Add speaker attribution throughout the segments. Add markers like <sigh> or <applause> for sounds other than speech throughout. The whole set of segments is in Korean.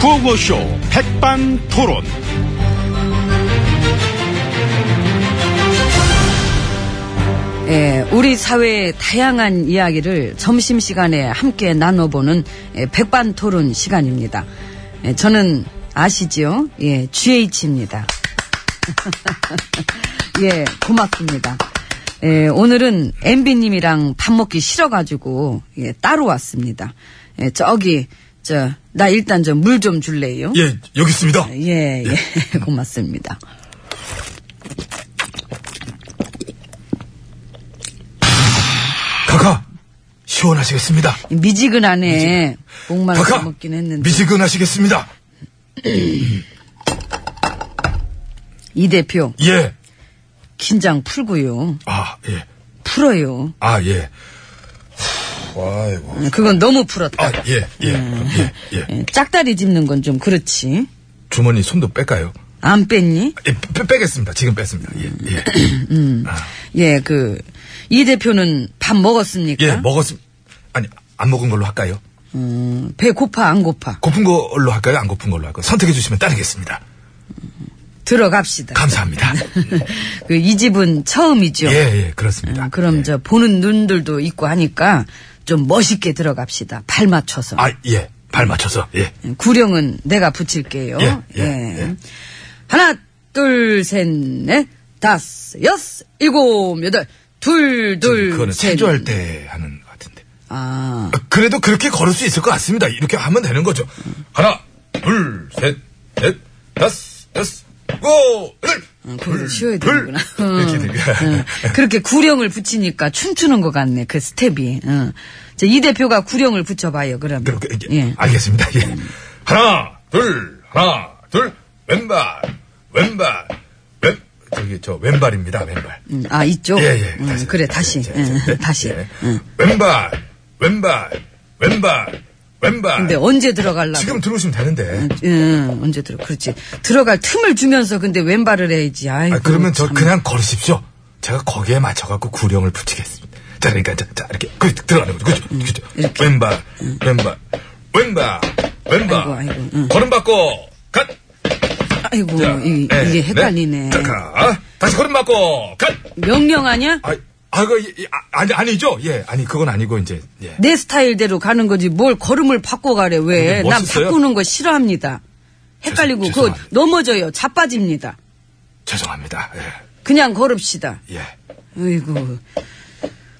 Speaker 1: 구호쇼 백반토론.
Speaker 2: 예, 우리 사회의 다양한 이야기를 점심시간에 함께 나눠보는 예, 백반토론 시간입니다. 예, 저는 아시지요? 예, GH입니다. <laughs> 예, 고맙습니다. 예, 오늘은 MB님이랑 밥 먹기 싫어가지고 예, 따로 왔습니다. 예, 저기 저 나 일단 좀 물 좀 줄래요?
Speaker 3: 예, 여기 있습니다.
Speaker 2: 예, 예, <laughs> 고맙습니다.
Speaker 3: 카카, 시원하시겠습니다.
Speaker 2: 미지근하네. 목만
Speaker 3: 카카,
Speaker 2: 아, 먹긴 했는데
Speaker 3: 미지근하시겠습니다.
Speaker 2: 이 대표
Speaker 3: 예,
Speaker 2: 긴장 풀고요.
Speaker 3: 아, 예,
Speaker 2: 풀어요.
Speaker 3: 아, 예. 아이고.
Speaker 2: 음, 그건 너무 풀었다.
Speaker 3: 아, 예, 예, 예, 예.
Speaker 2: 예, 짝다리 짚는 건 좀 그렇지.
Speaker 3: 주머니 손도 뺄까요?
Speaker 2: 안 뺐니?
Speaker 3: 예, 빼, 빼겠습니다. 지금 뺐습니다. 예, 예.
Speaker 2: 예, 그, 이 대표는 밥 먹었습니까?
Speaker 3: 예, 먹었음. 아니, 안 먹은 걸로 할까요?
Speaker 2: 음, 배 고파, 안 고파?
Speaker 3: 고픈 걸로 할까요? 안 고픈 걸로 할까요? 선택해 주시면 따르겠습니다.
Speaker 2: 들어갑시다.
Speaker 3: 감사합니다.
Speaker 2: <laughs> 그, 이 집은 처음이죠.
Speaker 3: 예, 예,
Speaker 2: 음,
Speaker 3: 그렇습니다.
Speaker 2: 그럼
Speaker 3: 예.
Speaker 2: 저, 보는 눈들도 있고 하니까 좀 멋있게 들어갑시다. 발 맞춰서.
Speaker 3: 아, 예. 발 맞춰서. 예.
Speaker 2: 구령은 내가 붙일게요.
Speaker 3: 예, 예, 예.
Speaker 2: 하나, 둘, 셋, 넷, 다섯, 여섯, 일곱, 여덟, 둘, 둘,
Speaker 3: 음, 그거는
Speaker 2: 셋.
Speaker 3: 체조할 때 하는 것 같은데.
Speaker 2: 아,
Speaker 3: 그래도 그렇게 걸을 수 있을 것 같습니다. 이렇게 하면 되는 거죠. 하나, 둘, 셋, 넷, 다섯, 여섯, 일곱, 여덟.
Speaker 2: 음, 그래서
Speaker 3: 둘,
Speaker 2: 쉬어야
Speaker 3: 둘. <laughs>
Speaker 2: 되는구나. 어.
Speaker 3: 이렇게 되니까.
Speaker 2: 응. 그렇게 구령을 붙이니까 춤추는 것 같네, 그 스텝이. 응. 자, 이 대표가 구령을 붙여봐요, 그러면.
Speaker 3: 그렇게 <laughs> 이게
Speaker 2: 예.
Speaker 3: 알겠습니다. 예. 하나, 둘, 하나, 둘. 왼발, 왼발, 왼 저기 저 왼발입니다. 왼발.
Speaker 2: 음, 아, 이쪽?
Speaker 3: 예, 예.
Speaker 2: 음,
Speaker 3: 다시.
Speaker 2: 그래, 다시.
Speaker 3: 예, 예,
Speaker 2: 응,
Speaker 3: 예.
Speaker 2: 다시.
Speaker 3: 예.
Speaker 2: 응.
Speaker 3: 왼발, 왼발, 왼발, 왼발.
Speaker 2: 근데 음, 언제 들어가려고?
Speaker 3: 지금 들어오시면 되는데.
Speaker 2: 응, 언제 들어, 그렇지. 들어갈 틈을 주면서 근데 왼발을 해야지. 아이
Speaker 3: 아, 그러면 저 그냥 걸으십시오. 제가 거기에 맞춰갖고 구령을 붙이겠습니다. 자, 그러니까, 자, 자 이렇게, 그, 들어가는 거죠. 그죠? 그죠?
Speaker 2: 음, 이렇게.
Speaker 3: 왼발, 왼발, 왼발, 왼발.
Speaker 2: 아이고, 아이고, 응.
Speaker 3: 걸음 받고, 갓!
Speaker 2: 아이고,
Speaker 3: 자,
Speaker 2: 어, 이,
Speaker 3: 네,
Speaker 2: 게 헷갈리네.
Speaker 3: 네. 자, 가. 다시 걸음 받고, 갓!
Speaker 2: 명령 아니야?
Speaker 3: 아, 아, 그, 이- 이- 아, 아니, 아니죠? 예, 아니, 그건 아니고, 이제, 예.
Speaker 2: 내 스타일대로 가는 거지 뭘 걸음을 바꿔가래 왜?
Speaker 3: 근데
Speaker 2: 난
Speaker 3: 멋있어요?
Speaker 2: 바꾸는 거 싫어합니다. 헷갈리고
Speaker 3: 죄송-
Speaker 2: 그거
Speaker 3: 죄송합니다.
Speaker 2: 넘어져요. 자빠집니다.
Speaker 3: 죄송합니다. 예,
Speaker 2: 그냥 걸읍시다.
Speaker 3: 예.
Speaker 2: 아이고.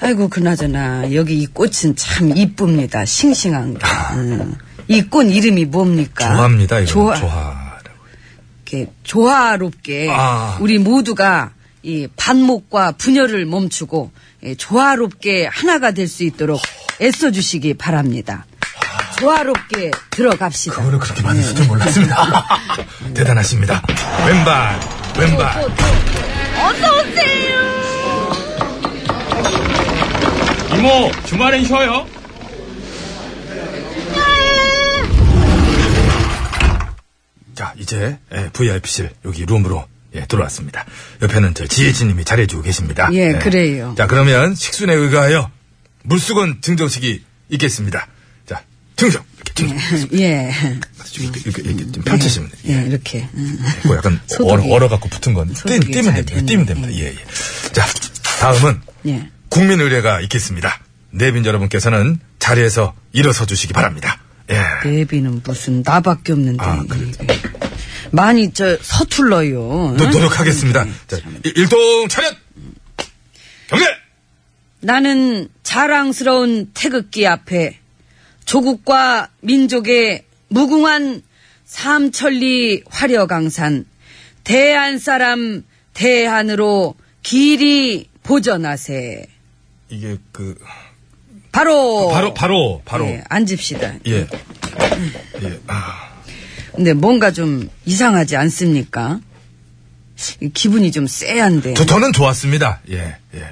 Speaker 2: 아이고 그나저나 여기 이 꽃은 참 이쁩니다. 싱싱한 게. 음. 이 꽃 이름이 뭡니까?
Speaker 3: 좋아합니다, 아. 이거.
Speaker 2: 조화,
Speaker 3: 좋아.
Speaker 2: 이렇게 조화롭게
Speaker 3: 아.
Speaker 2: 우리 모두가 이 반목과 분열을 멈추고 예, 조화롭게 하나가 될 수 있도록 애써 주시기 바랍니다. 조화롭게 들어갑시다. 예.
Speaker 3: 그거를 그렇게 만드실 줄 몰랐습니다. <laughs> 대단하십니다. 왼발, 왼발.
Speaker 1: 이모, 주말엔 쉬어요.
Speaker 2: 네.
Speaker 3: 자, 이제 예, VIP실 여기 룸으로 예, 들어왔습니다. 옆에는 저 지혜진님이 잘해주고 계십니다. 네.
Speaker 2: 예, 그래요.
Speaker 3: 자, 그러면 식순에 의거하여 물수건 증정식이 있겠습니다. 자, 증정. 이렇게 증정.
Speaker 2: 예.
Speaker 3: 이렇게, 이렇게, 이렇게 아, 좀 펼치시면 돼요.
Speaker 2: 예, 이렇게. 음.
Speaker 3: 뭐 약간 얼어,
Speaker 2: 소독이-
Speaker 3: 얼어갖고 붙은 건 띄,
Speaker 2: 소독이
Speaker 3: 띄면
Speaker 2: 잘
Speaker 3: 됩니다. 띄면
Speaker 2: 됐네.
Speaker 3: 됩니다. 예, 예. 자, 다음은
Speaker 2: 예.
Speaker 3: 국민 의례가 있겠습니다. 내빈 여러분께서는 자리에서 일어서 주시기 바랍니다. 예.
Speaker 2: 네. 내비는 무슨 나밖에 없는데.
Speaker 3: 아, 그래요?
Speaker 2: 이게. 많이 저 서툴러요.
Speaker 3: 노,
Speaker 2: 응?
Speaker 3: 노력하겠습니다.
Speaker 2: 네.
Speaker 3: 자, 일- 일동 차렷! 경례!
Speaker 2: 나는 자랑스러운 태극기 앞에 조국과 민족의 무궁한 삼천리 화려강산 대한 사람 대한으로 길이 보전하세.
Speaker 3: 이게 그
Speaker 2: 바로
Speaker 3: 바로 바로 바로
Speaker 2: 예, 앉읍시다.
Speaker 3: 예. 예. 아.
Speaker 2: 근데 뭔가 좀 이상하지 않습니까? 이 기분이 좀 쎄한데.
Speaker 3: 저 저는 좋았습니다. 예. 예.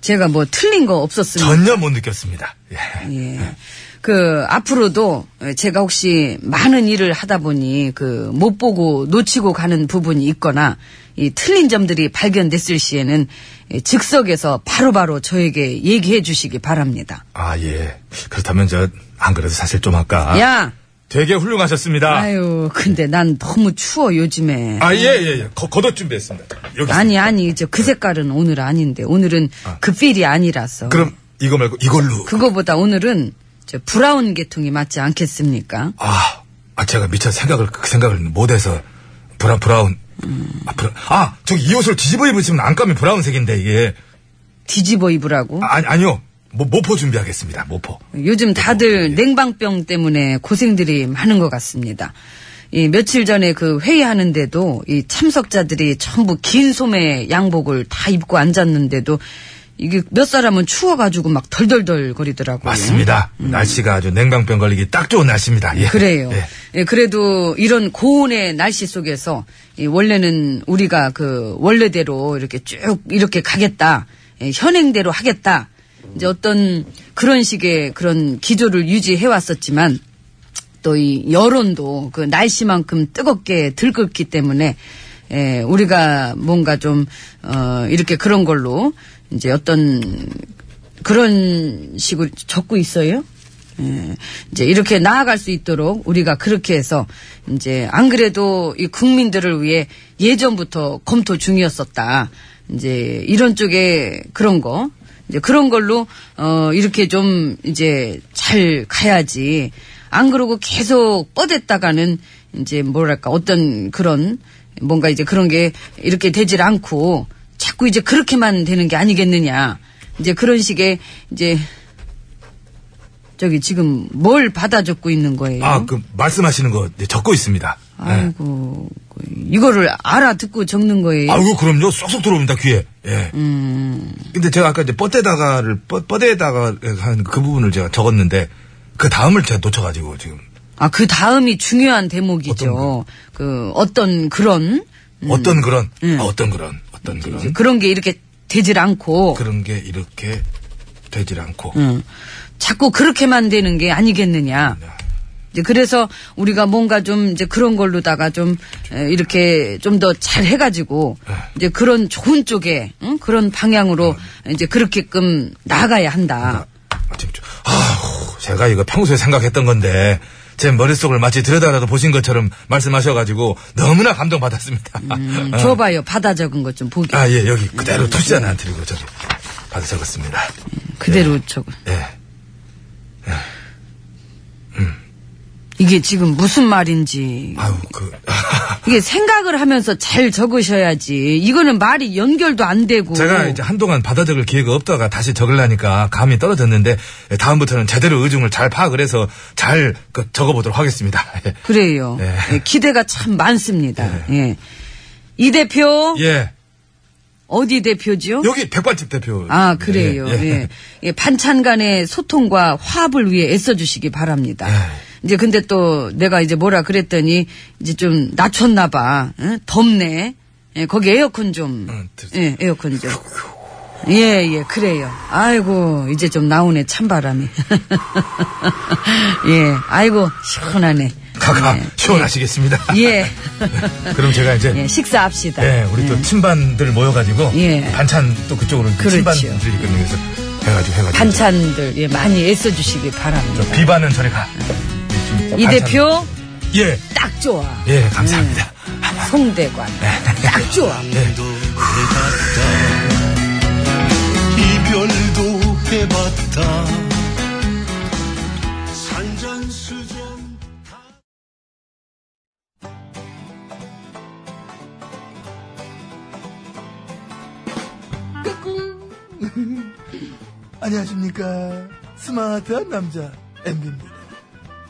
Speaker 2: 제가 뭐 틀린 거 없었습니다.
Speaker 3: 전혀 못 느꼈습니다. 예.
Speaker 2: 예. 그 앞으로도 제가 혹시 많은 일을 하다 보니 그 못 보고 놓치고 가는 부분이 있거나 이 틀린 점들이 발견됐을 시에는 이 즉석에서 바로바로 저에게 얘기해 주시기 바랍니다.
Speaker 3: 아, 예. 그렇다면 저 안 그래도 사실 좀 아까
Speaker 2: 야,
Speaker 1: 되게 훌륭하셨습니다.
Speaker 2: 아유, 근데 난 너무 추워, 요즘에.
Speaker 3: 아, 예, 예, 예. 거, 겉옷 준비했습니다. 여기.
Speaker 2: 아니, 아니, 저 그 색깔은 오늘 아닌데. 오늘은 그 필이 아니라서.
Speaker 3: 그럼 이거 말고 이걸로.
Speaker 2: 그거보다 오늘은 저 브라운 계통이 맞지 않겠습니까?
Speaker 3: 아, 아, 제가 미처 생각을, 그 생각을 못해서. 브라, 브라운.
Speaker 2: 음.
Speaker 3: 아, 브라, 아, 저기 이 옷을 뒤집어 입으시면 안감이 브라운색인데, 이게.
Speaker 2: 뒤집어 입으라고.
Speaker 3: 아, 아니요. 모, 모포 준비하겠습니다, 모포.
Speaker 2: 네. 요즘 다들 냉방병 때문에 고생들이 많은 것 같습니다. 이 며칠 전에 그 회의하는데도 이 참석자들이 전부 긴 소매 양복을 다 입고 앉았는데도 이게 몇 사람은 추워가지고 막 덜덜덜 거리더라고요.
Speaker 3: 맞습니다. 날씨가 아주 냉방병 걸리기 딱 좋은 날씨입니다. 예.
Speaker 2: 음. 그래요.
Speaker 3: 예.
Speaker 2: 예, 그래도 이런 고온의 날씨 속에서 이 원래는 우리가 그 원래대로 이렇게 쭉 이렇게 가겠다, 예, 현행대로 하겠다. 이제 어떤 그런 식의 그런 기조를 유지해 왔었지만 또 이 여론도 그 날씨만큼 뜨겁게 들끓기 때문에 예, 우리가 뭔가 좀, 어, 이렇게 그런 걸로 이제 어떤 그런 식으로 적고 있어요? 예, 이제 이렇게 나아갈 수 있도록 우리가 그렇게 해서 이제 안 그래도 이 국민들을 위해 예전부터 검토 중이었었다. 이제 이런 쪽에 그런 거 이제 그런 걸로 어 이렇게 좀 이제 잘 가야지. 안 그러고 계속 뻗었다가는 이제 뭐랄까 어떤 그런 뭔가 이제 그런 게 이렇게 되질 않고 자꾸 이제 그렇게만 되는 게 아니겠느냐. 이제 그런 식의 이제 저기 지금 뭘 받아 적고 있는 거예요?
Speaker 3: 아, 그, 말씀하시는 거 이제 적고 있습니다. 예.
Speaker 2: 이고그 이거를 알아듣고 적는 거예요. 음.
Speaker 3: 아이고, 그럼요. 쏙쏙 들어옵니다, 귀에. 예. 근데 제가 아까 이제 뻗대다가를, 뻗, 뻗대다가 한 그 부분을 제가 적었는데, 그 다음을 제가 놓쳐가지고 지금.
Speaker 2: 아, 그 다음이 중요한
Speaker 3: 어떤
Speaker 2: 대목이죠. 그 어떤 그런
Speaker 3: 어떤 그런, 아, 어떤 그런, 어떤 그런.
Speaker 2: 그런 게 이렇게 되질 않고
Speaker 3: 그런 게 이렇게 되질 않고.
Speaker 2: 음, 자꾸 그렇게만 되는 게 아니겠느냐.
Speaker 3: 네.
Speaker 2: 이제 그래서 우리가 뭔가 좀 이제 그런 걸로다가 좀 에, 이렇게 좀 더 잘 해가지고
Speaker 3: 네.
Speaker 2: 이제 그런 좋은 쪽에 응? 그런 방향으로
Speaker 3: 네.
Speaker 2: 이제 그렇게끔 나가야 한다.
Speaker 3: 아, 지금 좀- 아우, 제가 이거 평소에 생각했던 건데, 제 머릿속을 마치 들여다라도 보신 것처럼 말씀하셔가지고, 너무나 감동받았습니다. <laughs> 어.
Speaker 2: 음, 줘봐요. 받아 적은 것 좀 보게.
Speaker 3: 아, 예, 여기 그대로 투시자는 드리고 저기 받아 적었습니다.
Speaker 2: 그대로 적어.
Speaker 3: 예.
Speaker 2: 이게 지금 무슨 말인지.
Speaker 3: 아유, 그, <laughs>
Speaker 2: 이게 생각을 하면서 잘 적으셔야지. 이거는 말이 연결도 안 되고.
Speaker 3: 제가 이제 한동안 받아 적을 기회가 없다가 다시 적으려니까 감이 떨어졌는데, 예, 다음부터는 제대로 의중을 잘 파악을 해서 잘 그, 적어보도록 하겠습니다. <laughs> 예.
Speaker 2: 그래요.
Speaker 3: 네.
Speaker 2: 예, 기대가 참 많습니다. 예. 이 대표
Speaker 3: 예.
Speaker 2: 어디 대표지요?
Speaker 3: 여기 백반집 대표.
Speaker 2: 아 그래요.
Speaker 3: 예,
Speaker 2: 예, 예, 반찬 간의 소통과 화합을 위해 애써주시기 바랍니다.
Speaker 3: 예.
Speaker 2: 이제 근데 또 내가 이제 뭐라 그랬더니 이제 좀 낮췄나 봐. 응? 덥네. 예, 거기 에어컨 좀.
Speaker 3: 응, 아, 들-
Speaker 2: 예, 에어컨 좀. 예, 예, 그래요. 아이고, 이제 좀 나오네, 찬바람이. <laughs> 예, 아이고, 시원하네.
Speaker 3: 가가 시원하시겠습니다.
Speaker 2: 예,
Speaker 3: <laughs> 그럼 제가 이제
Speaker 2: 예, 식사합시다.
Speaker 3: 예, 우리 또 친반들 모여가지고
Speaker 2: 예.
Speaker 3: 반찬 또 그쪽으로 그
Speaker 2: 그렇지요.
Speaker 3: 친반들이 있거든요. 그래서 해가지고 해가지고
Speaker 2: 반찬들, 예, 많이 애써주시기
Speaker 3: 저
Speaker 2: 바랍니다.
Speaker 3: 비반은 저리 가.
Speaker 2: 이
Speaker 3: 반찬-
Speaker 2: 대표,
Speaker 3: 예,
Speaker 2: 딱 좋아.
Speaker 3: 예, 감사합니다. 네.
Speaker 2: 송대관.
Speaker 3: <laughs>
Speaker 2: 딱 좋아.
Speaker 4: 이별도 해봤다 산전수전
Speaker 5: <laughs> 안녕하십니까. 스마트한 남자, MB입니다.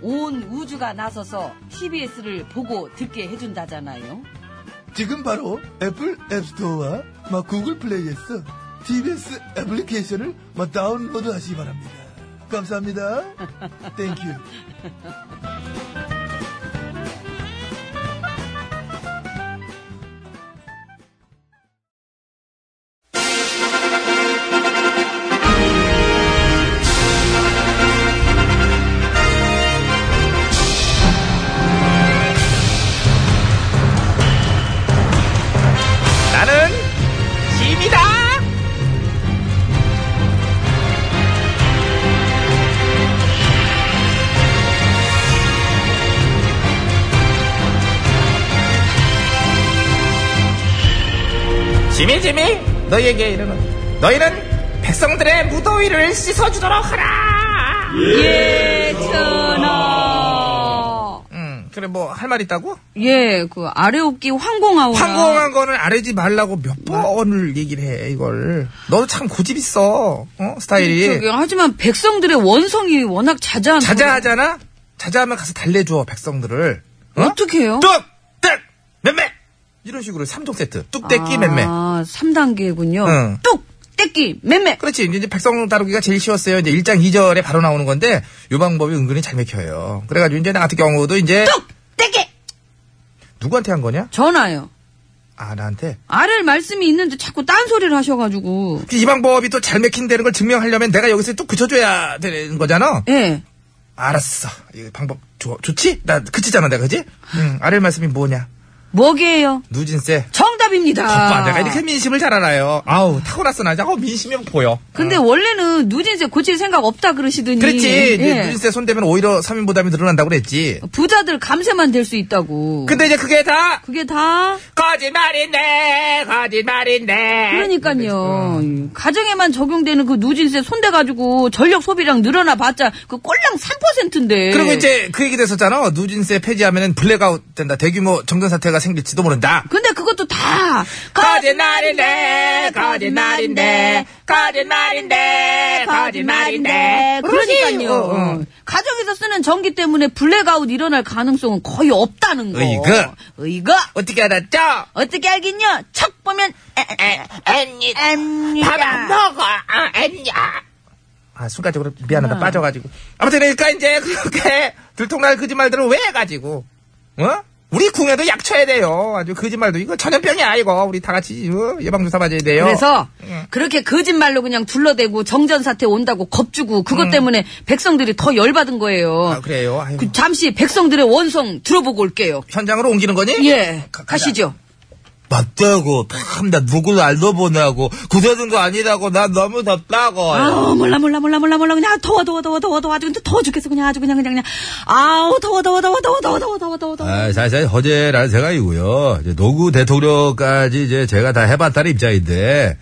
Speaker 2: 온 우주가 나서서 TBS를 보고 듣게 해준다잖아요.
Speaker 5: 지금 바로 애플 앱스토어와 마, 구글 플레이에서 TBS 애플리케이션을 마, 다운로드 하시기 바랍니다. 감사합니다. 땡큐.
Speaker 2: 네.
Speaker 6: 지미 지미 너희에게 이르는 너희는 백성들의 무더위를 씻어주도록 하라.
Speaker 2: 예, 전하.
Speaker 6: 음 그래 뭐 할 말 있다고?
Speaker 2: 예, 그 아래 옷기 황공하오라.
Speaker 6: 황공한 거는 아래지 말라고 몇 번을 얘기를 해 이걸. 너도 참 고집 있어. 어 스타일이.
Speaker 2: 음, 저기, 하지만 백성들의 원성이 워낙 자자한.
Speaker 6: 자자하잖아. 자자하면 가서 달래줘 백성들을. 어?
Speaker 2: 어떻게 해요?
Speaker 6: 뚝! 뚝! 맴매! 이런 식으로 삼종 세트. 뚝, 떼끼, 맴매.
Speaker 2: 아, 3단계군요.
Speaker 6: 응.
Speaker 2: 뚝! 떼끼! 맴매!
Speaker 6: 그렇지. 이제 이제 백성 다루기가 제일 쉬웠어요. 이제 1장 2절에 바로 나오는 건데, 요 방법이 은근히 잘 맥혀요. 그래가지고 이제 나 같은 경우도 이제,
Speaker 2: 뚝! 떼끼!
Speaker 6: 누구한테 한 거냐?
Speaker 2: 전화요.
Speaker 6: 아, 나한테?
Speaker 2: 아를 말씀이 있는데 자꾸 딴소리를 하셔가지고.
Speaker 6: 이 방법이 또 잘 맥힌다는 걸 증명하려면 내가 여기서 뚝 그쳐줘야 되는 거잖아?
Speaker 2: 예.
Speaker 6: 알았어. 이 방법 좋, 좋지? 나 그치잖아, 내가, 그지? 응, 아래 말씀이 뭐냐?
Speaker 2: 뭐게요?
Speaker 6: 누진세.
Speaker 2: 정답입니다.
Speaker 6: 오빠, 아, 내가 이렇게 민심을 잘 알아요. 아우, 타고났어, 나. 아우, 민심이 보여.
Speaker 2: 근데 원래는 누진세 고칠 생각 없다 그러시더니.
Speaker 6: 그랬지.
Speaker 2: 예.
Speaker 6: 이제 누진세 손대면 오히려 3인 보담이 늘어난다고 그랬지.
Speaker 2: 부자들 감세만 될 수 있다고.
Speaker 6: 근데 이제 그게 다
Speaker 2: 그게 다
Speaker 6: 거짓말인데, 거짓말인데.
Speaker 2: 그러니까요. 가정에만 적용되는 그 누진세 손대가지고 전력 소비량 늘어나 봤자 그 꼴랑 3%인데.
Speaker 6: 그리고 이제 그 얘기 됐었잖아. 누진세 폐지하면 블랙아웃 된다. 대규모 정전 사태가 생길지도 모른다.
Speaker 2: 근데 그것도 다
Speaker 6: 거짓말인데, 거짓말인데, 거짓말인데, 거짓말인데.
Speaker 2: 그러니까요.
Speaker 6: 어, 어.
Speaker 2: 가정에서 쓰는 전기 때문에 블랙아웃 일어날 가능성은 거의 없다는 거.
Speaker 6: 으이그.
Speaker 2: 의가.
Speaker 6: 어떻게 알았죠?
Speaker 2: 어떻게 알겠냐? 척 보면
Speaker 6: 언니,
Speaker 2: 앱니다.
Speaker 6: 먹어, 언니야. 아, 순간적으로 미안하다, 빠져가지고. 아무튼, 그러니까, 이제, 그렇게, 들통날 거짓말들을 왜 해가지고, 어? 우리 궁에도 약쳐야 돼요. 아주 거짓말도, 이거 전염병이야, 이거. 우리 다 같이, 어? 예방조사 받아야 돼요. 예.
Speaker 2: 그래서 그렇게 거짓말로 그냥 둘러대고 정전 사태 온다고 겁주고 그것 때문에 백성들이 더 열받은 거예요.
Speaker 6: 음. 아, 그래요? 아이고.
Speaker 2: 그 잠시 백성들의 원성 들어보고 올게요.
Speaker 6: 현장으로 옮기는 거니?
Speaker 2: 예,
Speaker 6: 가- 가자.
Speaker 2: 가시죠.
Speaker 3: 맞다고 참나 누굴 알러 보냐고 굳어진 거 아니라고 난 너무 덥다고
Speaker 6: 예.
Speaker 2: 아우 몰라 몰라 몰라 몰라 몰라 그냥 더워 더워 더워 더워 더워 아주 근데 더워 죽겠어 그냥 아주 그냥 그냥 그냥 아우 더워 더워 더워 더워 더워 더워 더워 더워 더워
Speaker 3: 아, 사실 허재라는 생각이고요. 이제 노구 대통령까지 이제 제가 다 해봤다는 입장인데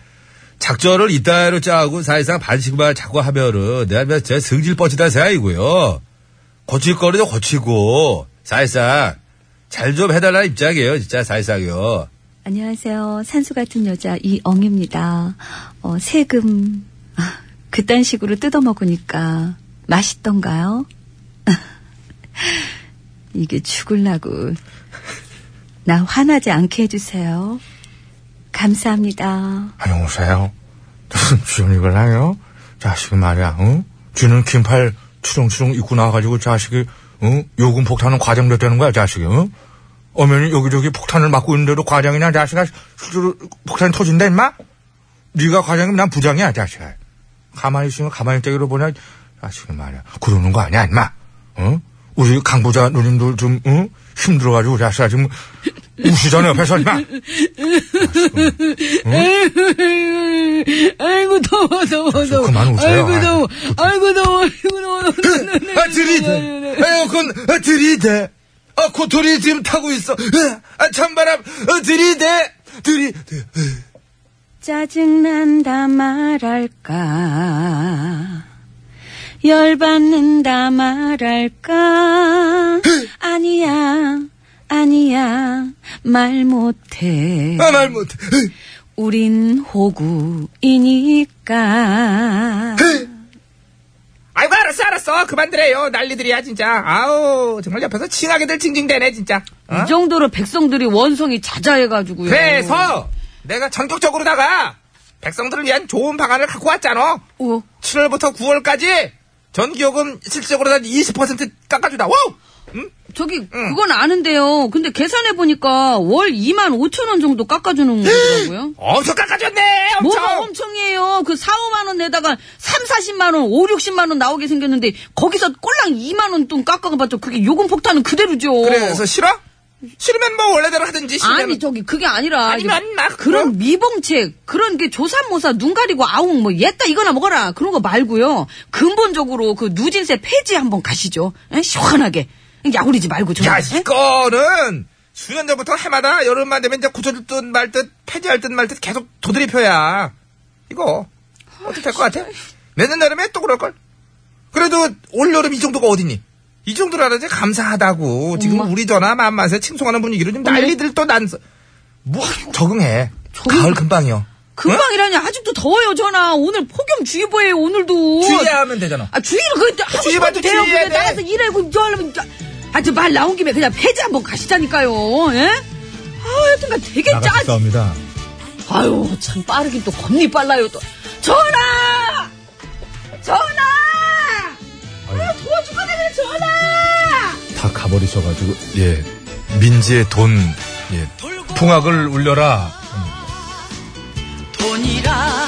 Speaker 3: 작전을 이따위로 짜고 사실상 반칙만 자꾸 하면은 내가 그냥 진짜 성질 뻗치다는 생각이고요. 고칠 거는 고치고 사실상 잘 좀 해달라는 입장이에요. 진짜 사실상요.
Speaker 7: 안녕하세요. 산수 같은 여자 이엉입니다. 어, 세금 <laughs> 아, 그딴 식으로 뜯어 먹으니까 맛있던가요? <laughs> 이게 죽을라고 나 화나지 않게 해주세요. 감사합니다.
Speaker 3: 안녕하세요. 아, 주님 이걸 해요? 자식이 말이야, 응? 쥐는 긴팔 추렁추렁 입고 나와가지고 자식이, 응? 요금 폭탄은 과장됐다는 거야, 자식이, 응? 어머니 여기저기 폭탄을 맞고 있는데도 과장이냐, 자식아, 실제로 폭탄이 터진다, 임마? 네가 과장이면 난 부장이야, 자식아. 가만히 있으면 가만히 있다기로 보냐, 자식이 말이야. 그러는 거 아니야, 임마? 응? 우리 강부자 누님들 좀, 응? 힘들어가지고, 자식아, 지금 우시잖아, 옆에서, 임마?
Speaker 7: <laughs>
Speaker 2: 아이고 더워 더워 더워
Speaker 3: 그만 오세요.
Speaker 2: 아이고 더워 아이고 더워 아이고 더워
Speaker 3: 아, 들이대. 에어컨, 아, 들이대.
Speaker 6: 어,
Speaker 3: 아,
Speaker 6: 그
Speaker 3: 코털이 지금 타고 있어. 아, 찬바람, 아, 들이대. 들이,
Speaker 7: 짜증난다 말할까 열받는다 말할까 아니야 아니야 말 못해
Speaker 3: 아, 말 못해.
Speaker 7: 우린 호구이니까
Speaker 5: 네.
Speaker 6: 아이고, 알았어, 알았어. 그만들어요. 난리들이야, 진짜. 아우, 정말 옆에서 칭하게들 징징대네, 진짜. 어?
Speaker 2: 이 정도로 백성들이 원성이 자자해가지고요.
Speaker 6: 그래서 어, 내가 전격적으로 나가 백성들을 위한 좋은 방안을 갖고 왔잖아.
Speaker 2: 어,
Speaker 6: 7월부터 9월까지 전기요금 실질적으로 한 20% 깎아주다. 와우! 응?
Speaker 2: 저기 그건 아는데요. 근데 계산해 보니까 월 2만 5천 원 정도 깎아주는 거더라고요.
Speaker 6: 엄청 깎아줬네! 엄청!
Speaker 2: 뭐가 엄청이에요. 그 4, 5만 원 내다가 3, 40만 원, 5, 60만 원 나오게 생겼는데 거기서 꼴랑 2만 원 돈 깎아봤죠. 그게 요금 폭탄은 그대로죠.
Speaker 6: 그래서 싫어? 싫으면 뭐 원래대로 하든지 싫으면
Speaker 2: 아니 저기 그게 아니라
Speaker 6: 아니면
Speaker 2: 이제
Speaker 6: 막
Speaker 2: 그런
Speaker 6: 어?
Speaker 2: 미봉책 그런 게 조삼모사 눈 가리고 아웅 뭐 옛다 이거나 먹어라 그런 거 말고요 근본적으로 그 예?
Speaker 3: 네? 그,
Speaker 2: 누진세 폐지 한번 가시죠 에? 시원하게 약올리지 말고 저
Speaker 6: 야 이거는
Speaker 3: 수년 전부터 해마다 여름만 되면 이제 고쳐줄 듯 말 듯 폐지할 듯 말 듯 계속 도드리 펴야 이거 어떻게 될 것 같아? 내년 여름에 또 그럴걸? 그래도 올 여름 이 정도가 어디니? 이 정도라든지 감사하다고 지금 우리 전화 만맛에 칭송하는 분위기로 좀 난리들 또 난 뭐 적응해 가을 금방이요
Speaker 2: 금방이라니 아직도 더워요 전화 오늘 폭염주의보예요 오늘도
Speaker 3: 주의해야 하면 되잖아
Speaker 2: 아 주의를 그때 하고
Speaker 3: 주의만
Speaker 2: 싶어도
Speaker 3: 또
Speaker 2: 돼요
Speaker 3: 주의해야
Speaker 2: 그냥
Speaker 3: 돼.
Speaker 2: 나가서 일하고 저 하려면 아저 말 나온 김에 그냥 폐지 한번 가시자니까요 예? 아 하여튼간 되게 짜증
Speaker 8: 싸웁니다.
Speaker 2: 아유 참 빠르긴 또 겁니 빨라요 또 전화 전화 아 도와주거든요 전화
Speaker 8: 다 가버리셔가지고 예 민지의 돈 예. 풍악을 울려라
Speaker 2: 돈이라 아,